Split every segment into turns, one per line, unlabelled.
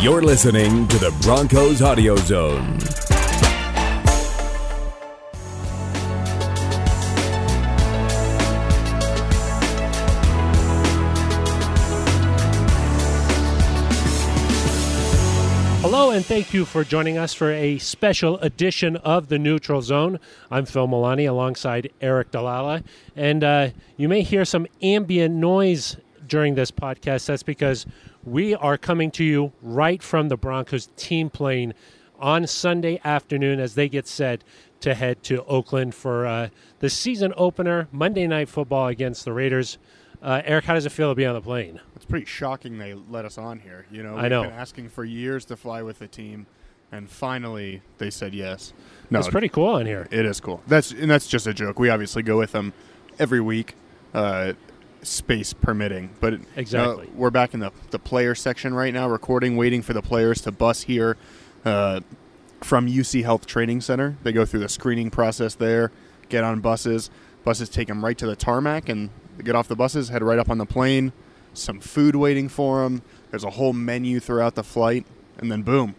You're listening to the Broncos Audio Zone.
Hello, and thank you for joining us for a special edition of the Neutral Zone. I'm Phil Milani alongside Eric Dalala, and uh, you may hear some ambient noise during this podcast. That's because we are coming to you right from the Broncos team plane on Sunday afternoon as they get set to head to Oakland for uh, the season opener, Monday Night Football against the Raiders. Uh, Eric, how does it feel to be on the plane?
It's pretty shocking they let us on here. You know,
I
we've
know.
been asking for years to fly with the team, and finally they said yes. No,
It's pretty cool in here.
It is cool. That's and that's just a joke. We obviously go with them every week, uh, space permitting. But uh,
Exactly.
we're back in the the player section right now, recording, waiting for the players to bus here uh, from UC Health Training Center. They go through the screening process there, get on buses. Buses take them right to the tarmac, and they get off the buses, head right up on the plane. Some food waiting for them. There's a whole menu throughout the flight, and then boom,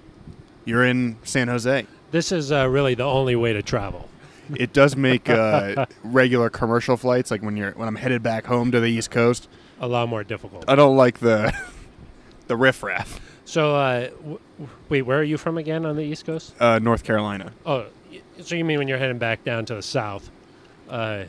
you're in San Jose
This is uh, really the only way to travel.
it does make uh, regular commercial flights like when you're when I'm headed back home to the East Coast.
a lot more difficult.
I don't like the the riffraff.
so, uh, w- w- wait, where are you from again on the East Coast?
Uh, North Carolina,
Oh, y- so you mean when you're heading back down to the South? Uh,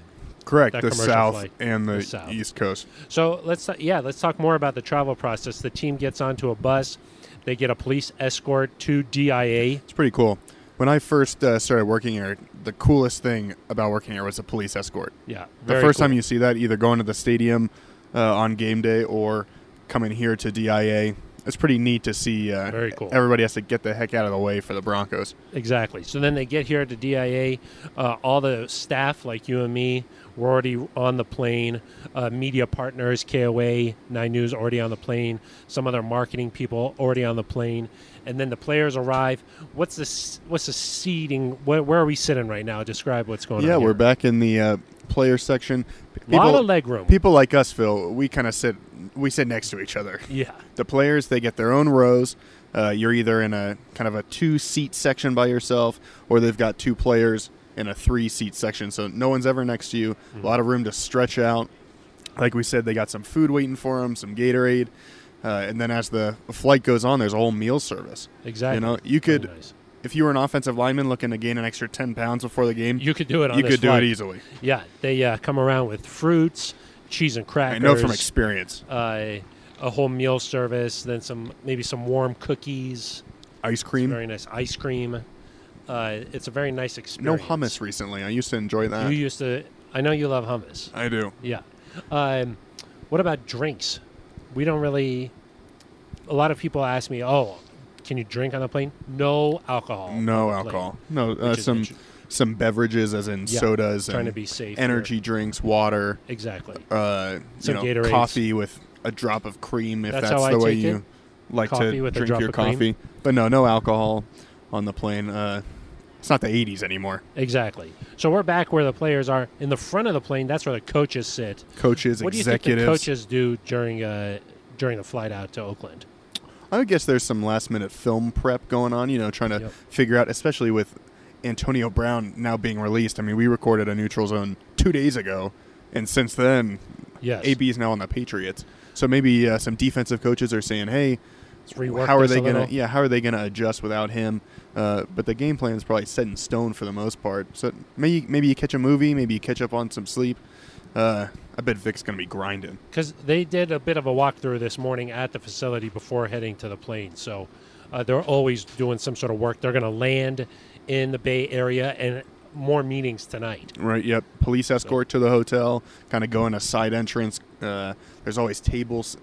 correct?
That
The
commercial
South
flight.
and the,
The South.
East Coast.
so let's yeah, let's talk more about the travel process. The team gets onto a bus. They get a police escort to DIA.
It's pretty cool. When I first uh, started working here, the coolest thing about working here was a police escort.
Yeah,
The first time you see that, either going to the stadium uh, on game day or coming here to DIA, it's pretty neat to see. Uh,
Very cool.
Everybody has to get the heck out of the way for the Broncos.
Exactly. So then they get here to DIA. Uh, all the staff, like you and me, were already on the plane. Uh, media partners, KOA, Nine News, already on the plane. Some other marketing people already on the plane. And then the players arrive. What's the s- what's the seating? Where, where are we sitting right now? Describe what's going
yeah,
on.
we're back in the uh, player section.
A lot of leg room.
People like us, Phil, we kind of sit we sit next to each other.
Yeah.
The players they get their own rows. Uh, you're either in a kind of a two seat section by yourself, or they've got two players in a three seat section. So no one's ever next to you.
Hmm.
A lot of room to stretch out. Like we said, they got some food waiting for them, some Gatorade, uh, and then as the flight goes on, there's a whole meal service.
Exactly.
You know, you could,
Very nice.
if you were an offensive lineman looking to gain an extra ten pounds before the game,
You could do it on
you
this
could do
flight.
it easily.
Yeah, they uh, come around with fruits, cheese and crackers.
I know from experience.
uh, a whole meal service, then some maybe some warm cookies,
Ice cream,
very nice ice cream. Uh, it's a very nice
no
experience.
hummus recently. I used to enjoy
You
that.
used to. I know you love hummus.
I do.
Yeah. Um, what about drinks? We don't really. A lot of people ask me, "Oh, can you drink on the plane?" No alcohol. on
No
the plane.
alcohol. No uh,
Which is
some
inter-
some beverages, as in
Yeah,
sodas,
trying
and
to be safe here.
energy drinks, water,
Exactly.
uh, you
Some
know,
Gatorades.
coffee with a drop of cream. If
That's
that's,
how I
the way
take
you
it.
like
Coffee
to
with a
drink
drop
your
of cream.
coffee, but no, no alcohol on the plane. Uh, it's not the '80s anymore.
Exactly. So we're back where the players are in the front of the plane. That's where the coaches sit.
Coaches,
What do you think the
executives.
coaches do during uh, during the flight out to Oakland?
I would guess there's some last minute film prep going on, you know, trying to
Yep.
figure out, especially with Antonio Brown now being released. I mean, we recorded a neutral zone two days ago, and since then,
Yes.
AB is now on the Patriots. So maybe uh, some defensive coaches are saying, "Hey,
Let's rework
how are
this
they
a
gonna?
little.
Yeah, how are they gonna adjust without him?" Uh, but the game plan is probably set in stone for the most part. So maybe maybe you catch a movie, maybe you catch up on some sleep. Uh, I bet Vic's gonna be grinding.
because they did a bit of a walkthrough this morning at the facility before heading to the plane. So uh, they're always doing some sort of work. They're going to land in the Bay Area and more meetings tonight.
Right. Yep. Police escort to the hotel. Kind of go in a side entrance. Uh, there's always tables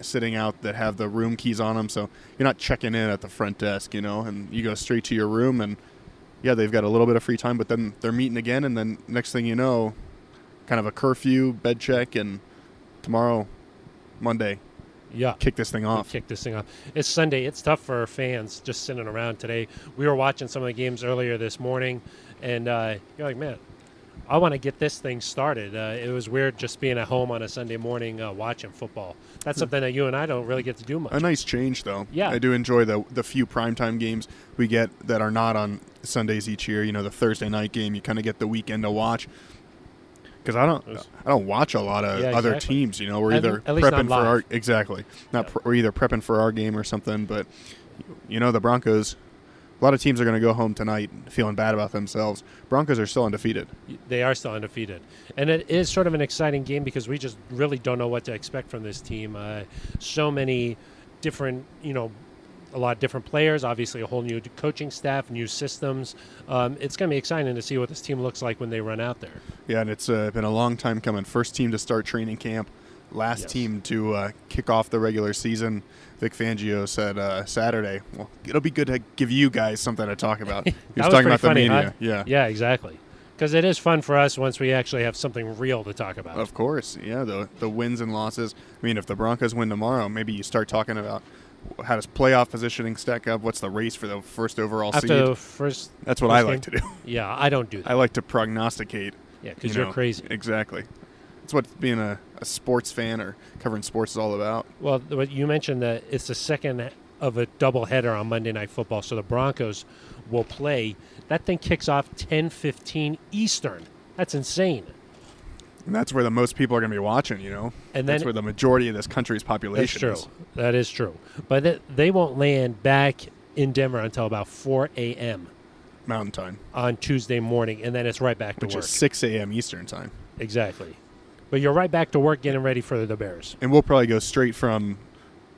sitting out that have the room keys on them, so you're not checking in at the front desk, you know. And you go straight to your room, and yeah, they've got a little bit of free time, but then they're meeting again, and then next thing you know, kind of a curfew, bed check, and tomorrow, Monday,
Yeah.
kick this thing off.
Kick this thing off. It's Sunday. It's tough for fans just sitting around today. We were watching some of the games earlier this morning, and uh, you're like, man, I want to get this thing started. Uh, it was weird just being at home on a Sunday morning uh, watching football. That's something that you and I don't really get to do much.
A nice change, though.
Yeah.
I do enjoy the the few primetime games we get that are not on Sundays each year. You know, the Thursday night game, you kind of get the weekend to watch. Because I don't,
Those-
I don't watch a lot of
Yeah,
other
exactly.
teams. You know, we're
At-
either
at least not
prepping for
live.
our exactly not pr- we're either prepping for our game or something. But you know, the Broncos. A lot of teams are going to go home tonight feeling bad about themselves. Broncos are still undefeated.
they are still undefeated, and it is sort of an exciting game because we just really don't know what to expect from this team. Uh, so many different, you know, a lot of different players. Obviously, a whole new coaching staff, new systems. Um, it's going to be exciting to see what this team looks like when they run out there.
Yeah, and it's uh, been a long time coming. First team to start training camp, last
Yes.
team to uh, kick off the regular season. Vic Fangio said uh, Saturday, "Well, it'll be good to give you guys something to talk about." He
That was
talking
pretty
about
funny,
the media.
huh?
Yeah.
Yeah, exactly. Because it is fun for us once we actually have something real to talk about.
of course. Yeah, the the wins and losses. I mean, if the Broncos win tomorrow, maybe you start talking about how does playoff positioning stack up? What's the race for the first overall
After
seed?
the first,
That's what
first
I like
game-
to do.
Yeah, I don't do that.
I like to prognosticate.
Yeah, because you are
know,
crazy.
Exactly. That's what being a, a sports fan or covering sports is all about.
Well, th- what you mentioned that it's the second of a doubleheader on Monday Night Football, so the Broncos will play. That thing kicks off 10:15 Eastern. That's insane.
And that's where the most people are going to be watching, you know?
And
that's
then-
where the majority of this country's
That's
population
true.
is.
That is true. But th- they won't land back in Denver until about 4 a.m.
Mountain time,
on Tuesday morning, and then it's right back to
which
work.
is 6 a.m. Eastern time.
Exactly. But you're right back to work getting ready for the Bears.
And we'll probably go straight from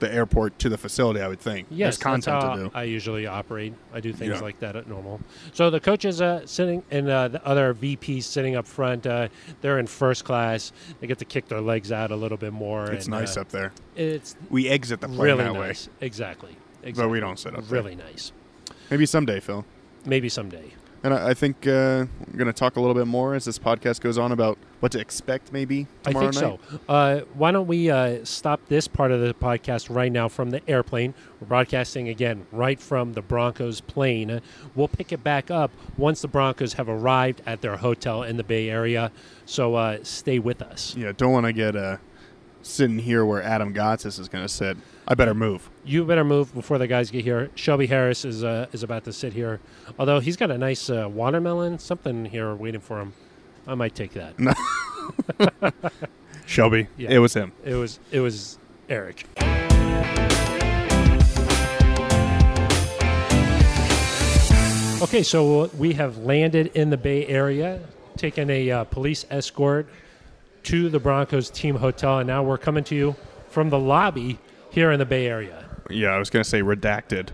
the airport to the facility, I would think.
Yes,
There's content
that's how
to do.
I usually operate. I do things
Yeah.
like that at normal. So the coaches uh, sitting and uh, the other VPs sitting up front. Uh, they're in first class. They get to kick their legs out a little bit more.
it's
and,
nice
uh,
up there.
It's
We exit the plane
really
that
nice. Exactly.
way,
Exactly.
but we don't sit up there.
really nice.
Maybe someday, Phil.
Maybe someday.
And I, I think uh, we're going to talk a little bit more as this podcast goes on about what to expect maybe tomorrow
I think
night.
so. Uh, why don't we uh, stop this part of the podcast right now from the airplane? We're broadcasting again right from the Broncos plane. We'll pick it back up once the Broncos have arrived at their hotel in the Bay Area. So uh, stay with us.
Yeah, don't want to get uh, sitting here where Adam Gotsis is going to sit. I better move.
You better move before the guys get here. Shelby Harris is uh, is about to sit here, although he's got a nice uh, watermelon something here waiting for him. I might take that.
Shelby,
Yeah.
it was him.
It was it was Eric. Okay, so we have landed in the Bay Area, taken a uh, police escort to the Broncos team hotel, and now we're coming to you from the lobby here in the Bay Area.
Yeah, I was gonna say redacted.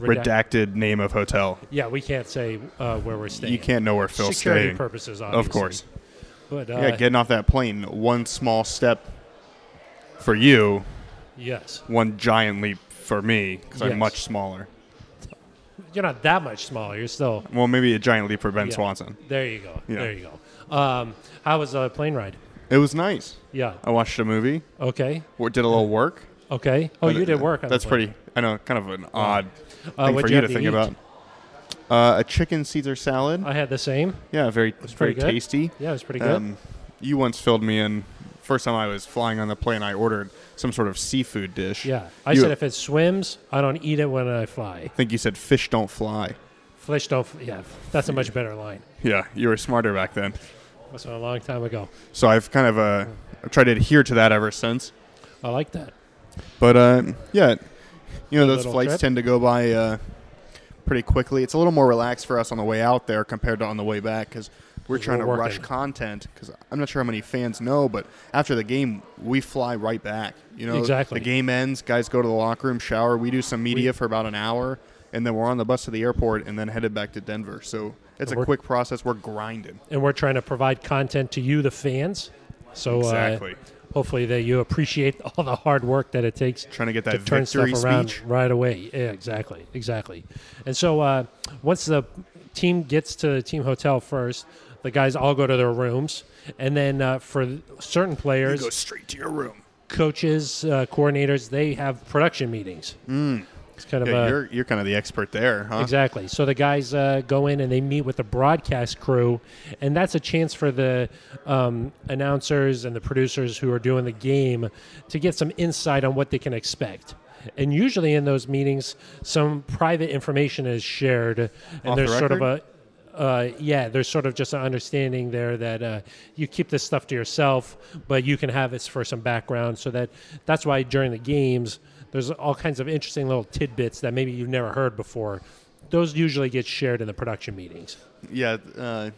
Redact-
Redacted, name of hotel.
Yeah, we can't say uh, where we're staying.
You can't know where Phil's
Security
staying.
purposes, obviously.
of course.
But uh,
yeah, getting off that plane, one small step for you,
yes,
one giant leap for me because
Yes.
I'm much smaller.
you're not that much smaller. You're still
Well, maybe a giant leap for Ben
Yeah.
Swanson.
There you go.
Yeah.
There you go. Um, how was the plane ride?
It was nice.
Yeah.
I watched a movie.
Okay.
Or did a little work.
Okay. Oh, you did work. On the
That's
plane.
pretty. I know, kind of an odd
Uh,
thing
what'd
for
you
you
have
to
to
think
eat?
about. Uh, a chicken Caesar salad.
I had the same.
yeah, very, very
pretty good.
tasty.
Yeah, it was pretty good.
Um, you once filled me in. First time I was flying on the plane, I ordered some sort of seafood dish.
yeah. I
you-
said if it swims, I don't eat it when I fly.
I think you said fish don't fly.
Fish don't. f- Yeah, that's a much better line.
Yeah, you were smarter back then.
That's a long time ago.
So I've kind of uh, I've tried to adhere to that ever since.
I like that.
But uh, yeah, you know those
little
flights
trip.
tend to go by uh, pretty quickly. It's a little more relaxed for us on the way out there compared to on the way back because we're trying to
we're
rush
working.
content. Because I'm not sure how many fans know, but after the game, we fly right back. You know,
Exactly.
The game ends, guys go to the locker room, shower. We do some media for about an hour, and then we're on the bus to the airport, and then headed back to Denver. So it's
And we're-
a quick process. We're grinding.
And we're trying to provide content to you, the fans. So
Exactly.
Uh, hopefully that you appreciate all the hard work that it takes
Trying to get that
to turn
victory
stuff around
speech.
right away. Yeah, exactly, exactly. And so uh, once the team gets to the team hotel first, the guys all go to their rooms, and then uh, for certain
You
players,
go straight to your room.
coaches, uh, coordinators, they have production meetings. It's kind of
Mm. Yeah,
a
you're you're kind of the expert there, huh?
Exactly. So the guys uh, go in and they meet with the broadcast crew, and that's a chance for the um, announcers and the producers who are doing the game to get some insight on what they can expect. And usually in those meetings, some private information is shared, and
Off the
there's sort of a uh, yeah, there's sort of just an understanding there that uh, you keep this stuff to yourself, but you can have this for some background. So that that's why during the games, there's all kinds of interesting little tidbits that maybe you've never heard before. Those usually get shared in the production meetings.
Yeah, uh,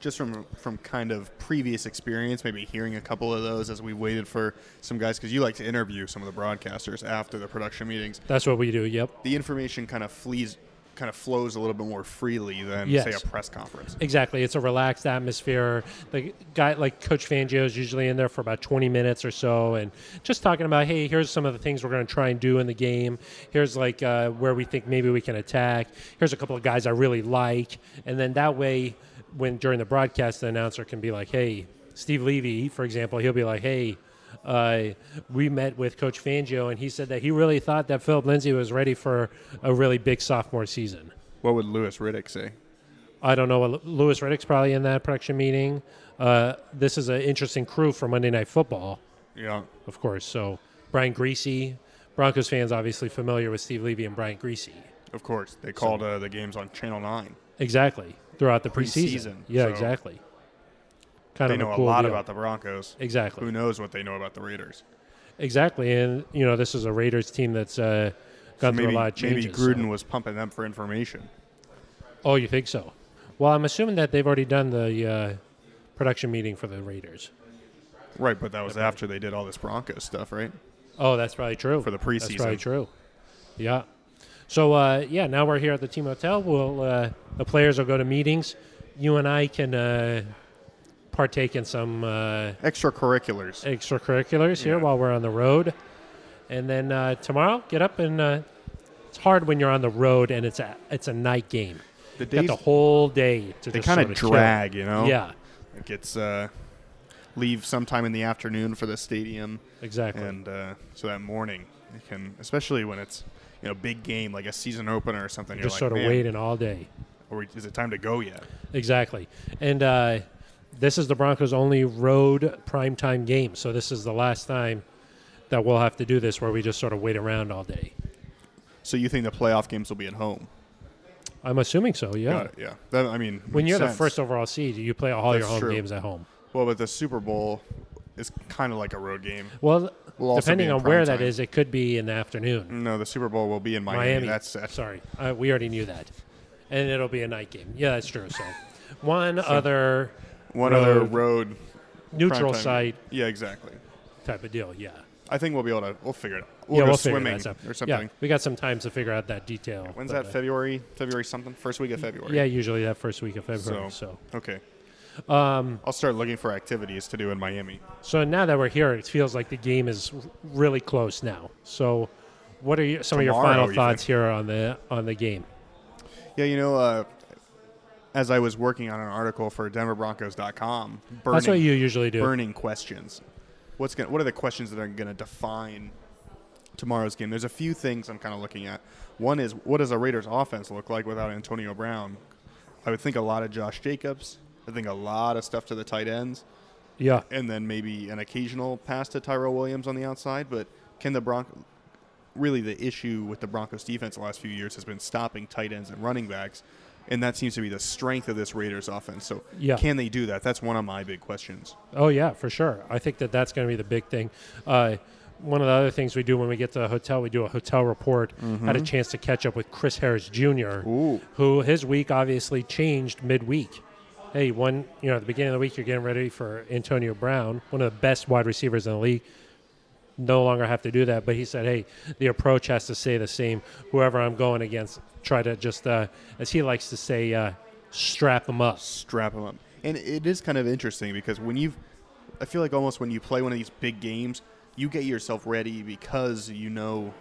just from from kind of previous experience, maybe hearing a couple of those as we waited for some guys because you like to interview some of the broadcasters after the production meetings.
That's what we do. Yep.
The information kind of flees, kind of flows a little bit more freely than say
Yes.
a press conference.
Exactly. It's a relaxed atmosphere. The guy, like Coach Fangio, is usually in there for about 20 minutes or so and just talking about, hey, here's some of the things we're going to try and do in the game. Here's like uh, where we think maybe we can attack. Here's a couple of guys I really like. And then that way, when during the broadcast, the announcer can be like, hey, Steve Levy, for example, he'll be like, hey, uh, we met with Coach Fangio, and he said that he really thought that Philip Lindsay was ready for a really big sophomore season.
What would Lewis Riddick say?
I don't know. Lu- Lewis Reddick's probably in that production meeting. Uh, this is an interesting crew for Monday Night Football,
Yeah,
of course. So Brian Greasy, Broncos fans obviously familiar with Steve Levy and Brian Greasy.
of course. They called uh, the games on Channel Nine.
Exactly. Throughout the preseason.
Preseason,
yeah,
so-
exactly. Kind
They
of
know
a,
a
cool
lot
deal.
about the Broncos.
Exactly.
Who knows what they know about the Raiders?
Exactly. And, you know, this is a Raiders team that's uh, gone
Maybe
through a lot of
maybe
changes.
Gruden
so-
was pumping them for information.
Oh, you think so? Well, I'm assuming that they've already done the uh, production meeting for the Raiders.
Right, but that was after they did all this Broncos stuff, right?
Oh, that's probably true.
For the
That's
preseason.
probably true. Yeah. So uh, yeah, now we're here at the team hotel. We'll uh, the players will go to meetings. You and I can uh, partake in some uh,
Extracurriculars.
extracurriculars here
Yeah.
while we're on the road, and then uh, tomorrow get up and uh, it's hard when you're on the road and it's a it's a night game.
The
You
days
got the whole day to
they
just
kind of
sorta chill.
drag, you know.
Yeah,
it gets uh, leave sometime in the afternoon for the stadium,
exactly.
and uh, so that morning it can, especially when it's you know big game like a season opener or something.
just
you're
sort of
like, "Man,
waiting all day.
Or is it time to go yet?
Exactly. And uh, this is the Broncos' only road primetime game. So this is the last time that we'll have to do this where we just sort of wait around all day.
So you think the playoff games will be at home?
I'm assuming so, yeah.
Got it, yeah. That, I mean,
When
makes
you're the
sense.
first overall seed, you play all your
That's
home
true.
games at home.
well, but the Super Bowl is kind of like a road game.
Well,
Will also
depending
be in
on
prime
where that
time.
is, it could be in the afternoon.
No, the Super Bowl will be in Miami.
Miami.
That's uh,
Sorry, uh, we already knew that, and it'll be a night game. Yeah, that's true. So, one other
one other
Road.
road
neutral
primetime game.
site
Yeah, exactly.
type of deal. Yeah,
I think we'll be able to. We'll figure it out. We'll
yeah,
go
we'll figure
swimming
that stuff.
or something.
Yeah, we got some time to figure out that detail.
When's
but,
that?
uh,
February, February something. First week of February.
Yeah, usually that first week of February. So,
So, okay. Um, I'll start looking for activities to do in Miami.
so now that we're here, it feels like the game is r- really close now. So, what are you, some of your
Tomorrow,
final
you
thoughts here on the on the game?
Yeah, you know, uh, as I was working on an article for DenverBroncos.com, burning,
That's what you usually do.
burning questions. What's gonna, what are the questions that are going to define tomorrow's game? There's a few things I'm kind of looking at. One is what does a Raiders offense look like without Antonio Brown? I would think a lot of Josh Jacobs. I think a lot of stuff to the tight ends.
Yeah,
and then maybe an occasional pass to Tyrell Williams on the outside. But can the Bronco really the issue with the Broncos defense the last few years has been stopping tight ends and running backs, and that seems to be the strength of this Raiders offense. So
Yeah.
can they do that? That's one of my big questions.
Oh yeah, for sure. I think that that's going to be the big thing. Uh, one of the other things we do when we get to the hotel, we do a hotel report. Had a chance to catch up with Chris Harris Jr.,
Ooh.
who his week obviously changed midweek. Hey, one, you know, at the beginning of the week, you're getting ready for Antonio Brown, one of the best wide receivers in the league. No longer have to do that, but he said, "Hey, the approach has to stay the same. Whoever I'm going against, try to just, uh, as he likes to say, uh, strap them up."
Strap them up, and it is kind of interesting because when you've, I feel like almost when you play one of these big games, you get yourself ready because you know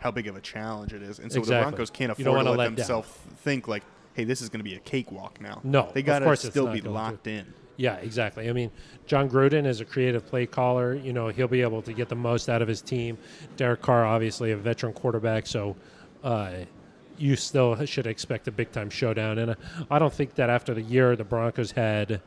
how big of a challenge it is, and so
Exactly.
the Broncos can't
You don't
afford to
wanna
let,
let down.
themselves think like, "Hey, this is going to be a cakewalk now."
No,
they
of
got to
course it's
still
not
be
going to.
locked in.
Yeah, exactly. I mean, John Gruden is a creative play caller. You know, he'll be able to get the most out of his team. Derek Carr, obviously, a veteran quarterback, so uh, you still should expect a big time showdown. And uh, I don't think that after the year the Broncos had,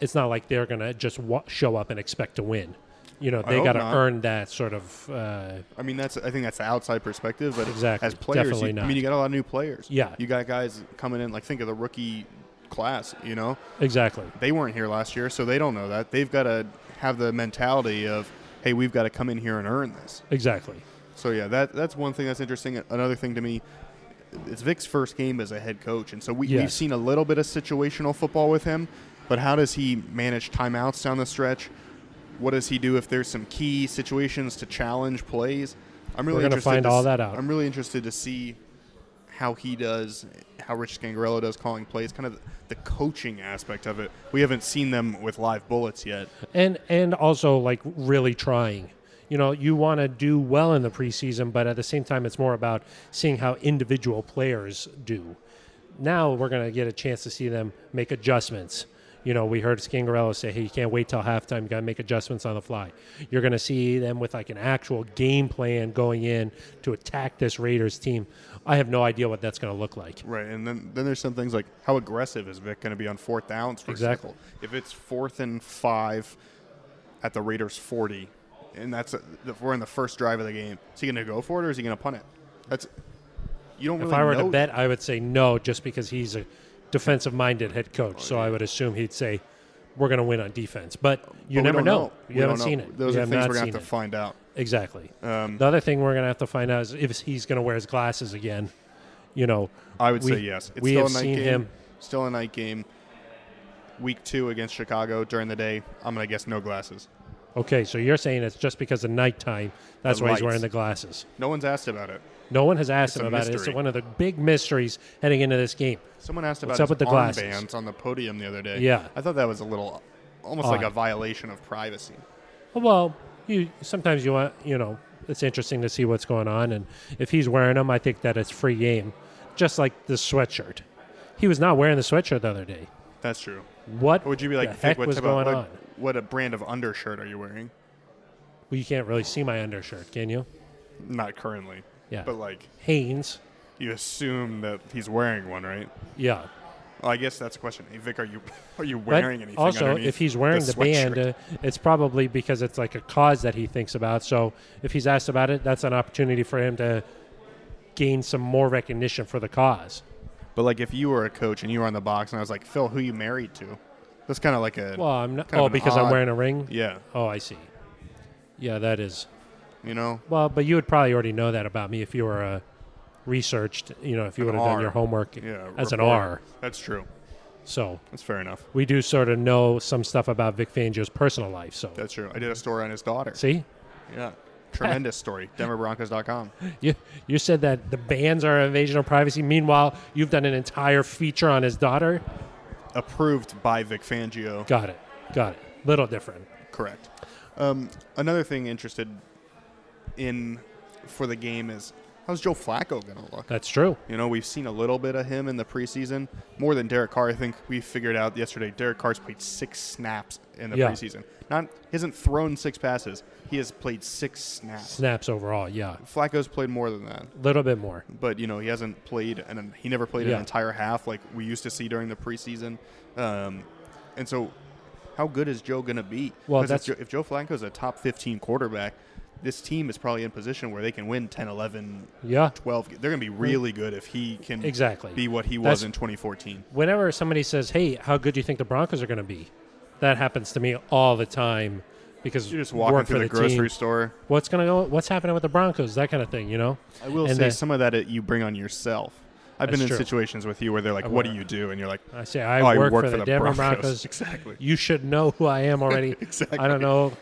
it's not like they're going to just wa- show up and expect to win. You know, they
hope
got to
not.
earn that sort of. Uh,
I mean, that's I think that's the outside perspective, but
Exactly.
as players,
Definitely
you,
not.
I mean, you got a lot of new players.
Yeah.
you got guys coming in. Like think of the rookie class. You know,
exactly.
they weren't here last year, so they don't know that. They've got to have the mentality of, hey, we've got to come in here and earn this.
Exactly.
So yeah, that that's one thing that's interesting. Another thing to me, it's Vic's first game as a head coach, and so we, we've
Yes.
seen a little bit of situational football with him. But how does he manage timeouts down the stretch? What does he do if there's some key situations to challenge plays? I'm really
We're gonna
interested
find
to
all
s-
that out.
I'm really interested to see how he does, how Rich Scangarello does calling plays, kind of the coaching aspect of it. We haven't seen them with live bullets yet.
and and also like really trying you know you want to do well in the preseason but at the same time it's more about seeing how individual players do now we're going to get a chance to see them make adjustments you know, we heard Scangarello say, "Hey, you can't wait till halftime. You got to make adjustments on the fly." You're going to see them with like an actual game plan going in to attack this Raiders team. I have no idea what that's going to look like.
Right, and then then there's some things like how aggressive is Vic going to be on fourth downs? For
Exactly.
example? If it's fourth and five at the Raiders' forty, and that's if we're in the first drive of the game, is he going to go for it or is he going to punt it? That's you don't
If
really
I were
know.
to bet, I would say no, just because he's a defensive minded head coach. so
Oh,
I would assume he'd say, we're going to win on defense. But
but
you
we
never
don't
know.
We
You haven't
don't know.
seen it.
Those
you
are
have
things we're
not
gonna
seen
have to
it.
find out.
Exactly.
Um,
the other thing we're going to have to find out is if he's going to wear his glasses again. You know,
I would
we-
say yes. It's
we
still
have
a night
seen
game.
him.
Still a night game. Week two against Chicago during the day. I'm going to guess no glasses.
Okay, so you're saying it's just because of nighttime. That's
The
why he's wearing
lights.
the glasses.
No one's asked about it.
No one has asked
It's
him
a
about it.
mystery.
It's one of the big mysteries heading into this game.
Someone asked about
What's up
his
with the glasses?
armbands on the podium the other day.
Yeah.
I thought that was a little, almost like
Odd.
a violation of privacy.
Well, you sometimes you want you know it's interesting to see what's going on, and if he's wearing them, I think that it's free game, just like the sweatshirt. He was not wearing the sweatshirt the other day.
That's true.
What
Would you be like,
the
"Vic,
heck
what
was
type
going on?
of, what, what a brand of undershirt are you wearing?
Well, you can't really see my undershirt, can you?
Not currently.
Yeah.
But like,
Hanes.
you assume that he's wearing one, right?
Yeah.
Well, I guess that's a question. Hey, Vic, are you are you
But
wearing anything?
also,
underneath
if he's wearing the,
sweatshirt?
band, uh, it's probably because it's like a cause that he thinks about. So if he's asked about it, that's an opportunity for him to gain some more recognition for the cause.
but like, if you were a coach and you were on the box, and I was like, Phil, who you married to? That's kind of like a
Well, I'm not.
Kind of
oh,
an
because I'm
odd-
wearing a ring.
yeah.
Oh, I see. Yeah, that is.
You know,
Well, but you would probably already know that about me if you were uh, researched, you know, if you would have done
R.
your homework
yeah.
as an
reporter.
R.
That's true.
So
That's fair enough.
we do sort of know some stuff about Vic Fangio's personal life. So
That's true. I did a story on his daughter.
see,
Yeah. Tremendous story. DenverBroncos.com.
you you said that the bans are an invasion of privacy. Meanwhile, you've done an entire feature on his daughter.
Approved by Vic Fangio.
Got it. Got it. Little different.
Correct. Um, another thing interested in for the game is how's Joe Flacco going to look?
That's true.
You know, we've seen a little bit of him in the preseason, more than Derek Carr. I think we figured out yesterday Derek Carr's played six snaps in the
Yeah.
preseason. Not he hasn't thrown six passes. He has played six snaps.
Snaps overall, yeah,
Flacco's played more than that.
a little bit more.
but you know he hasn't played and he never played
Yeah.
an entire half like we used to see during the preseason um, and so how good is joe going to be
Well,
'Cause
that's-
if joe, if joe flacco is a top 15 quarterback this team is probably in position where they can win 10 11
Yeah.
12 they're going to be really good if he can
Exactly.
be what he was
That's-
in 2014
whenever somebody says, "Hey, how good do you think the Broncos are going to be?" that happens to me all the time because
you're just walking
work
through
for
the,
the team.
grocery store
What's going to go? What's happening with the Broncos? That kind of thing, you know.
i will
And
say
the-
some of that it, you bring on yourself i've been
That's
in
true.
situations with you where they're like what do
work.
you do and you're like
I say I,
Oh, I
work, for, the, Denver Broncos.
exactly
You should know who I am already.
Exactly.
I don't know.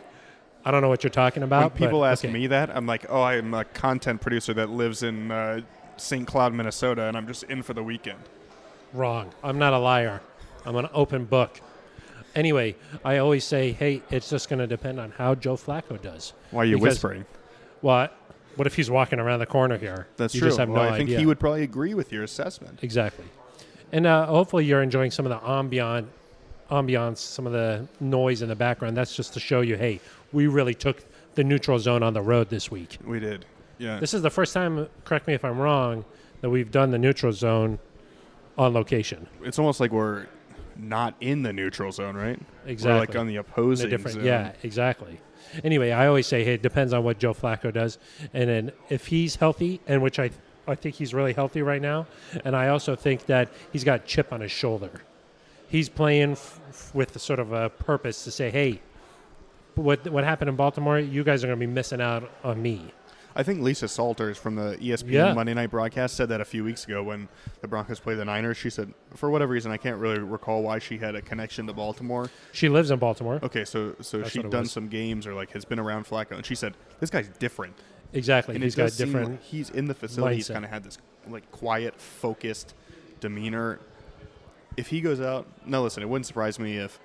I don't know what you're talking
When
about.
people
but,
ask
okay.
me that, I'm like, oh, I'm a content producer that lives in uh, St. Cloud, Minnesota, and I'm just in for the weekend.
Wrong. I'm not a liar. I'm an open book. Anyway, I always say, "Hey, it's just going to depend on how Joe Flacco does."
Why are you
Because-
whispering?
What? What if he's walking around the corner here?
That's
you
true.
Just have
Well,
no
I think
idea.
he would probably agree with your assessment.
Exactly. And uh, hopefully you're enjoying some of the ambiance, ambiance, some of the noise in the background. That's just to show you, hey, we really took the neutral zone on the road this week.
We did. Yeah.
This is the first time, correct me if I'm wrong, that we've done the neutral zone on location.
It's almost like we're not in the neutral zone, right? We're like
Exactly.
on the
in
opposing
a different
zone.
yeah exactly anyway i always say hey it depends on what joe flacco does and then if he's healthy and which i i think he's really healthy right now and i also think that he's got a chip on his shoulder he's playing f- f- with the sort of a purpose to say hey what what happened in baltimore you guys are going to be missing out on me
I think Lisa Salters from the E ESPN
Yeah.
Monday Night broadcast said that a few weeks ago when the Broncos played the Niners. She said, for whatever reason, I can't really recall why she had a connection to Baltimore.
she lives in baltimore
Okay, so so
That's what
she'd
it
done
was.
some games or like has been around Flacco, and she said this guy's different.
exactly
And
he's
it
got
does seem
different
like he's in the facility. He's
mindset.
kind of had this like quiet, focused demeanor. If he goes out, now listen, it wouldn't surprise me if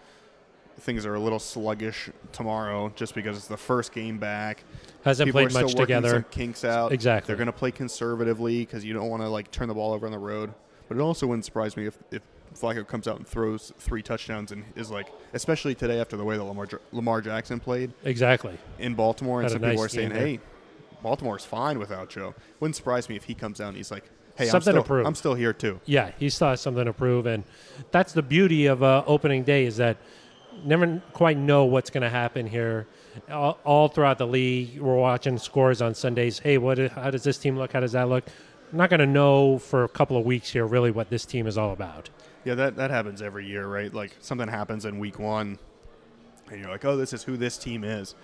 things are a little sluggish tomorrow, just because it's the first game back.
hasn't
People are
played
still
much
working some
together
kinks out.
Exactly.
They're going to play conservatively because you don't want to like turn the ball over on the road. But it also wouldn't surprise me if if Flacco comes out and throws three touchdowns and is like, especially today after the way that Lamar Lamar Jackson played
exactly
in Baltimore, and
Had a
some
nice
people are saying,
game there.
"Hey, Baltimore's fine without Joe." Wouldn't surprise me if he comes out and he's like, "Hey,
Something to
I'm still,
prove.
I'm still here too."
yeah, he still has something to prove, and that's the beauty of uh, opening day is that never n- quite know what's going to happen here. All, all throughout the league, we're watching scores on Sundays. Hey, what? How does this team look? How does that look? I'm not going to know for a couple of weeks here really what this team is all about.
Yeah, that that happens every year, right? Like something happens in week one, and you're like, "Oh, this is who this team is,"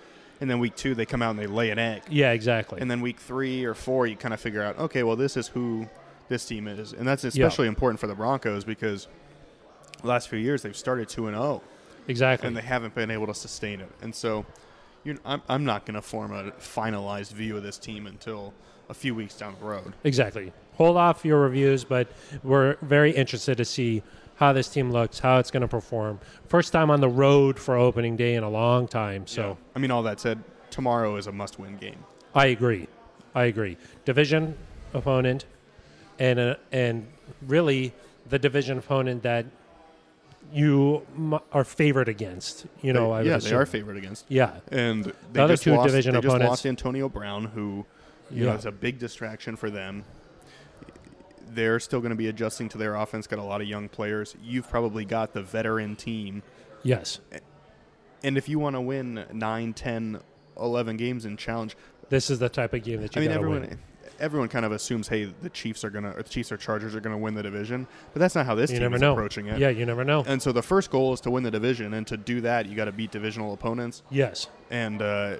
and then week two they come out and they lay an egg.
Yeah, exactly.
and then week three or four you kind of figure out okay well this is who this team is and that's
Yeah.
especially important for the broncos because the last few years they've started 2-0
exactly.
and they haven't been able to sustain it and so you're, I'm, I'm not going to form a finalized view of this team until a few weeks down the road
Exactly. Hold off your reviews, but we're very interested to see how this team looks, how it's going to perform. First time on the road for opening day in a long time, so
i mean all that said tomorrow is a must-win game
I agree. I agree. Division opponent, and uh, and really the division opponent that you m- are favored against. You know, Oh, I would
yeah they
assume.
are favored against
Yeah,
and they
The other
just
two
lost,
division
they just
opponents-
lost Antonio Brown, who you know
Yeah.
is a big distraction for them. They're still going to be adjusting to their offense. Got a lot of young players. You've probably got the veteran team,
yes.
and if you want to win 9, 10, 11 games and challenge,
This is the type of game that
I
you.
mean
gotta
everyone.
win.
Everyone kind of assumes, hey, the Chiefs are gonna, or the Chiefs or Chargers are gonna win the division, but that's not how this
You
team
never
is
know.
approaching it.
Yeah, you never know.
And so the first goal is to win the division, and to do that, you got to beat divisional opponents.
yes.
and uh,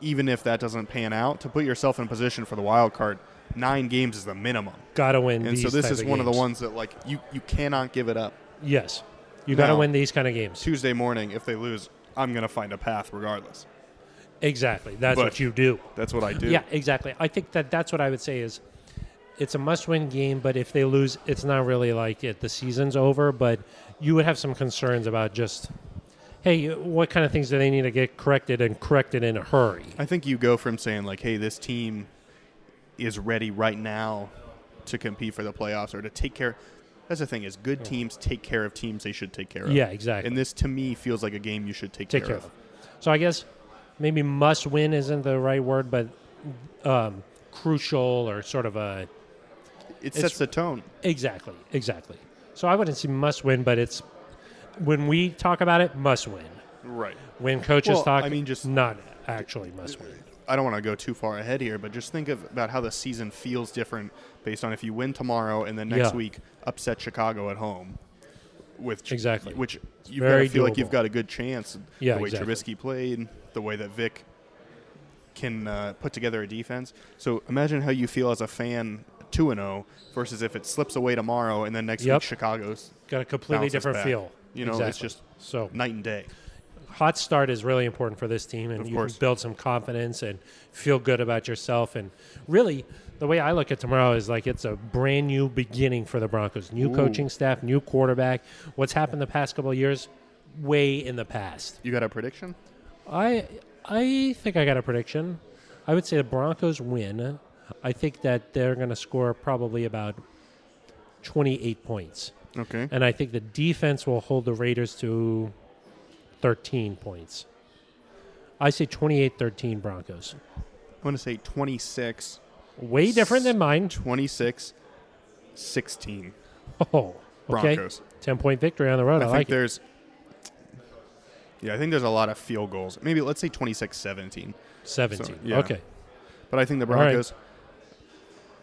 even if that doesn't pan out, to put yourself in position for the wild card, nine games is the minimum.
Gotta win.
And
these
so this
type
is one of the
games.
ones that like you you cannot give it up.
Yes, you gotta
Now-
win these kind of games.
Tuesday morning, if they lose, I'm gonna find a path regardless.
Exactly. That's
But-
what you do.
That's what I do.
Yeah, exactly. I think that that's what I would say is it's a must-win game, but if they lose, it's not really like it. The season's over, but you would have some concerns about just, hey, what kind of things do they need to get corrected and corrected in a hurry?
I think you go from saying like, hey, this team is ready right now to compete for the playoffs or to take care. That's the thing is good teams take care of teams they should take care of.
Yeah, exactly.
And this to me feels like a game you should take,
Take care of. them. So I guess maybe must-win isn't the right word, but um, crucial or sort of a
It sets the tone.
exactly, exactly. So I wouldn't say must-win, but it's when we talk about it, must-win.
Right.
When coaches
Well,
talk,
I mean, just-
not actually must-win.
I don't want to go too far ahead here, but just think of about how the season feels different based on if you win tomorrow and then next
Yeah.
week upset Chicago at home. With Chi-
Exactly.
which you
very
feel like you've
doable.
got a good chance.
Yeah,
the way
exactly.
Trubisky played, the way that Vic can uh, put together a defense. So imagine how you feel as a fan two and zero versus if it slips away tomorrow and then next
Yep.
week Chicago's
Got a completely
bounces
different
back.
feel.
You know, it's
Exactly.
just
so
night and day.
hot start is really important for this team, and
Of
you
course.
can build some confidence and feel good about yourself. And really, the way I look at tomorrow is like it's a brand new beginning for the Broncos. New coaching staff, new quarterback. What's happened the past couple of years, way in the past.
You got a prediction?
I I think I got a prediction. I would say the Broncos win. I think that they're going to score probably about twenty-eight points.
Okay.
and I think the defense will hold the Raiders to 13 points. I say 28-13 Broncos.
I want to say 26,
Way different than mine.
26, 16
Oh, okay.
Broncos.
Ten point victory on the road. I,
I, think
like it.
there's. Yeah, I think there's a lot of field goals. Maybe let's say 26 17.
Seventeen.
so, yeah.
Okay.
But I think the
All right.
Broncos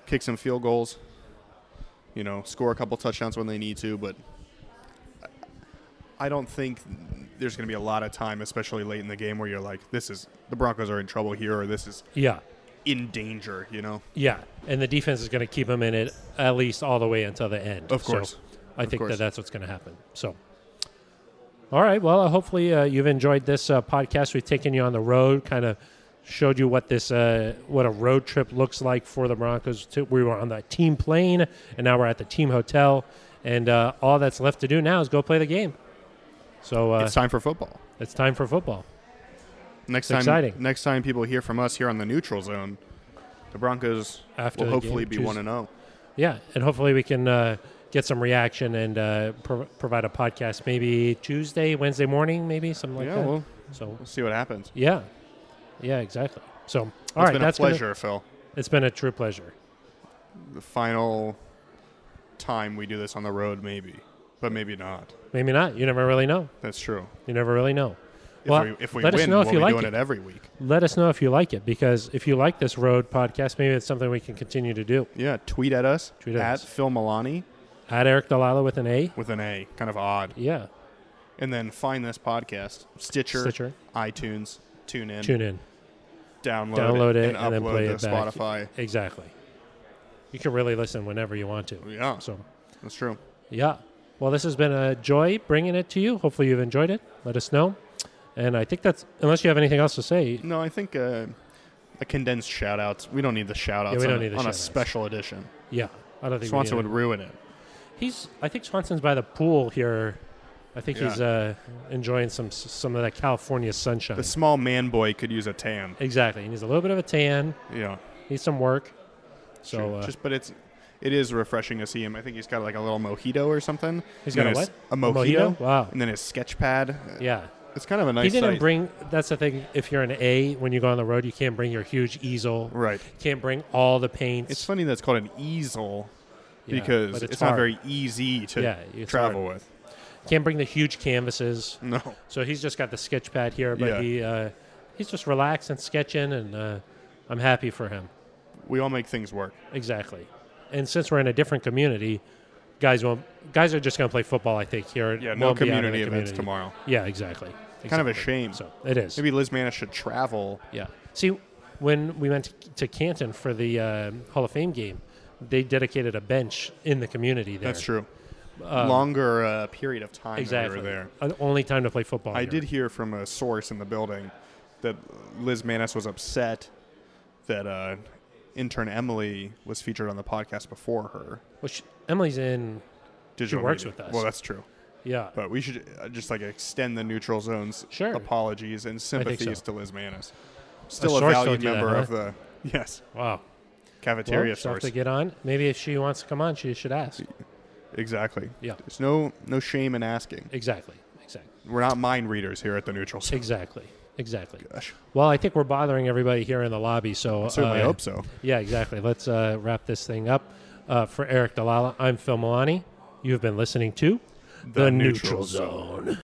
kick some field goals, you know, score a couple touchdowns when they need to, but I- I don't think there's going to be a lot of time, especially late in the game, where you're like, this is the Broncos are in trouble here or this is
Yeah.
in danger, you know?
Yeah, and the defense is going to keep them in it at least all the way until the end.
Of
So
course.
I think
course.
that that's what's going to happen. So, all right. Well, uh, hopefully uh, you've enjoyed this uh, podcast. We've taken you on the road, kind of showed you what this uh, what a road trip looks like for the Broncos. To, we were on the team plane, and now we're at the team hotel, and uh, all that's left to do now is go play the game. So uh,
it's time for football.
it's time for football.
Next time,
it's exciting.
next time people hear from us here on the neutral zone, the Broncos
After the
will
game,
hopefully be
Tuesday.
one and oh. zero.
Yeah, and hopefully we can uh, get some reaction and uh, pro- provide a podcast maybe Tuesday, Wednesday morning, maybe something like
yeah,
that.
we'll,
so
we'll see what happens. It's
yeah, yeah, exactly. So all right,
been
that's
a
gonna-
pleasure, Phil.
it's been a true pleasure.
The final time we do this on the road, maybe, but maybe not.
Maybe not. You never really know.
That's true.
You never really know.
If
well,
we, if we
let
win,
us know if
we'll
you
be
like
doing
it.
it. every week.
Let us know if you like it because if you like this road podcast, maybe it's something we can continue to do.
Yeah, tweet at us
Tweet at
at
us.
Phil Milani
At Eric Dalala with an A.
with an A, kind of odd,
Yeah,
and then find this podcast Stitcher,
Stitcher.
iTunes, tune in,
Tune in,
download,
download it,
and,
and then
upload
play
to
it back.
Spotify.
Exactly. You can really listen whenever you want to.
Yeah,
So.
that's true.
Yeah. Well, this has been a joy bringing it to you. Hopefully, you've enjoyed it. Let us know. And I think that's, unless you have anything else to say,
No, I think uh, a condensed shout outs. We don't need the shout outs
we don't
on, a-
need the
on a
shout-outs.
special edition.
yeah, I don't think we
Swanson
need
would
it.
ruin it.
He's, I think Swanson's by the pool here. I think he's uh, enjoying some some of that California sunshine.
The small man boy could use a tan.
exactly. He needs a little bit of a tan,
Yeah.
needs some work. So,
Sure.
uh,
just but it's it is refreshing to see him. I think he's got like a little mojito or something.
He's
And
got a what?
his- A mojito.
Mojito? Wow.
And then his sketch pad.
yeah.
It's kind of a nice.
He didn't
sight.
bring, that's the thing, if you're an A, when you go on the road, you can't bring your huge easel.
Right.
Can't bring all the paints.
It's funny that it's called an easel
Yeah,
because
but
it's,
it's
not
hard.
very easy to
Yeah, it's
travel with.
Can't bring the huge canvases.
No.
So he's just got the sketch pad here, but
Yeah.
he uh, he's just relaxed and sketching, and uh, I'm happy for him.
We all make things work.
Exactly. And since we're in a different community, guys won't guys are just going to play football. I think here.
Yeah. No
Won't be out in
community
the
events
community.
tomorrow.
Yeah, exactly.
Kind of a
Exactly.
shame.
So it is.
Maybe Liz Manis should travel.
Yeah. See, when we went to, to Canton for the um, Hall of Fame game, they dedicated a bench in the community there.
That's true. Longer uh, period of time
Um, Exactly.
that we were there.
Uh, Only time to play football.
I
here.
did hear from a source in the building that Liz Manis was upset that uh, intern Emily was featured on the podcast before her.
Well, she, Emily's in.
Digital
works
media.
with us.
Well, that's true.
Yeah.
But we should uh, just like extend the neutral zones
Sure.
apologies and sympathies
so.
to Liz Manis. Still a,
source
valued
told you that,
member
huh?
of the yes
Wow. Well,
cafeteria
she'll have
source.
to get on. Maybe if she wants to come on, she should ask.
exactly.
Yeah.
There's no no shame in asking.
Exactly. Exactly.
We're not mind readers here at the neutral zone.
Exactly. Exactly.
Gosh.
Well, I think we're bothering everybody here in the lobby. So
Certainly
uh,
hope so.
Yeah, exactly. Let's uh, wrap this thing up. Uh, for Eric Dalala, I'm Phil Milani. You've been listening to
The Neutral
Zone.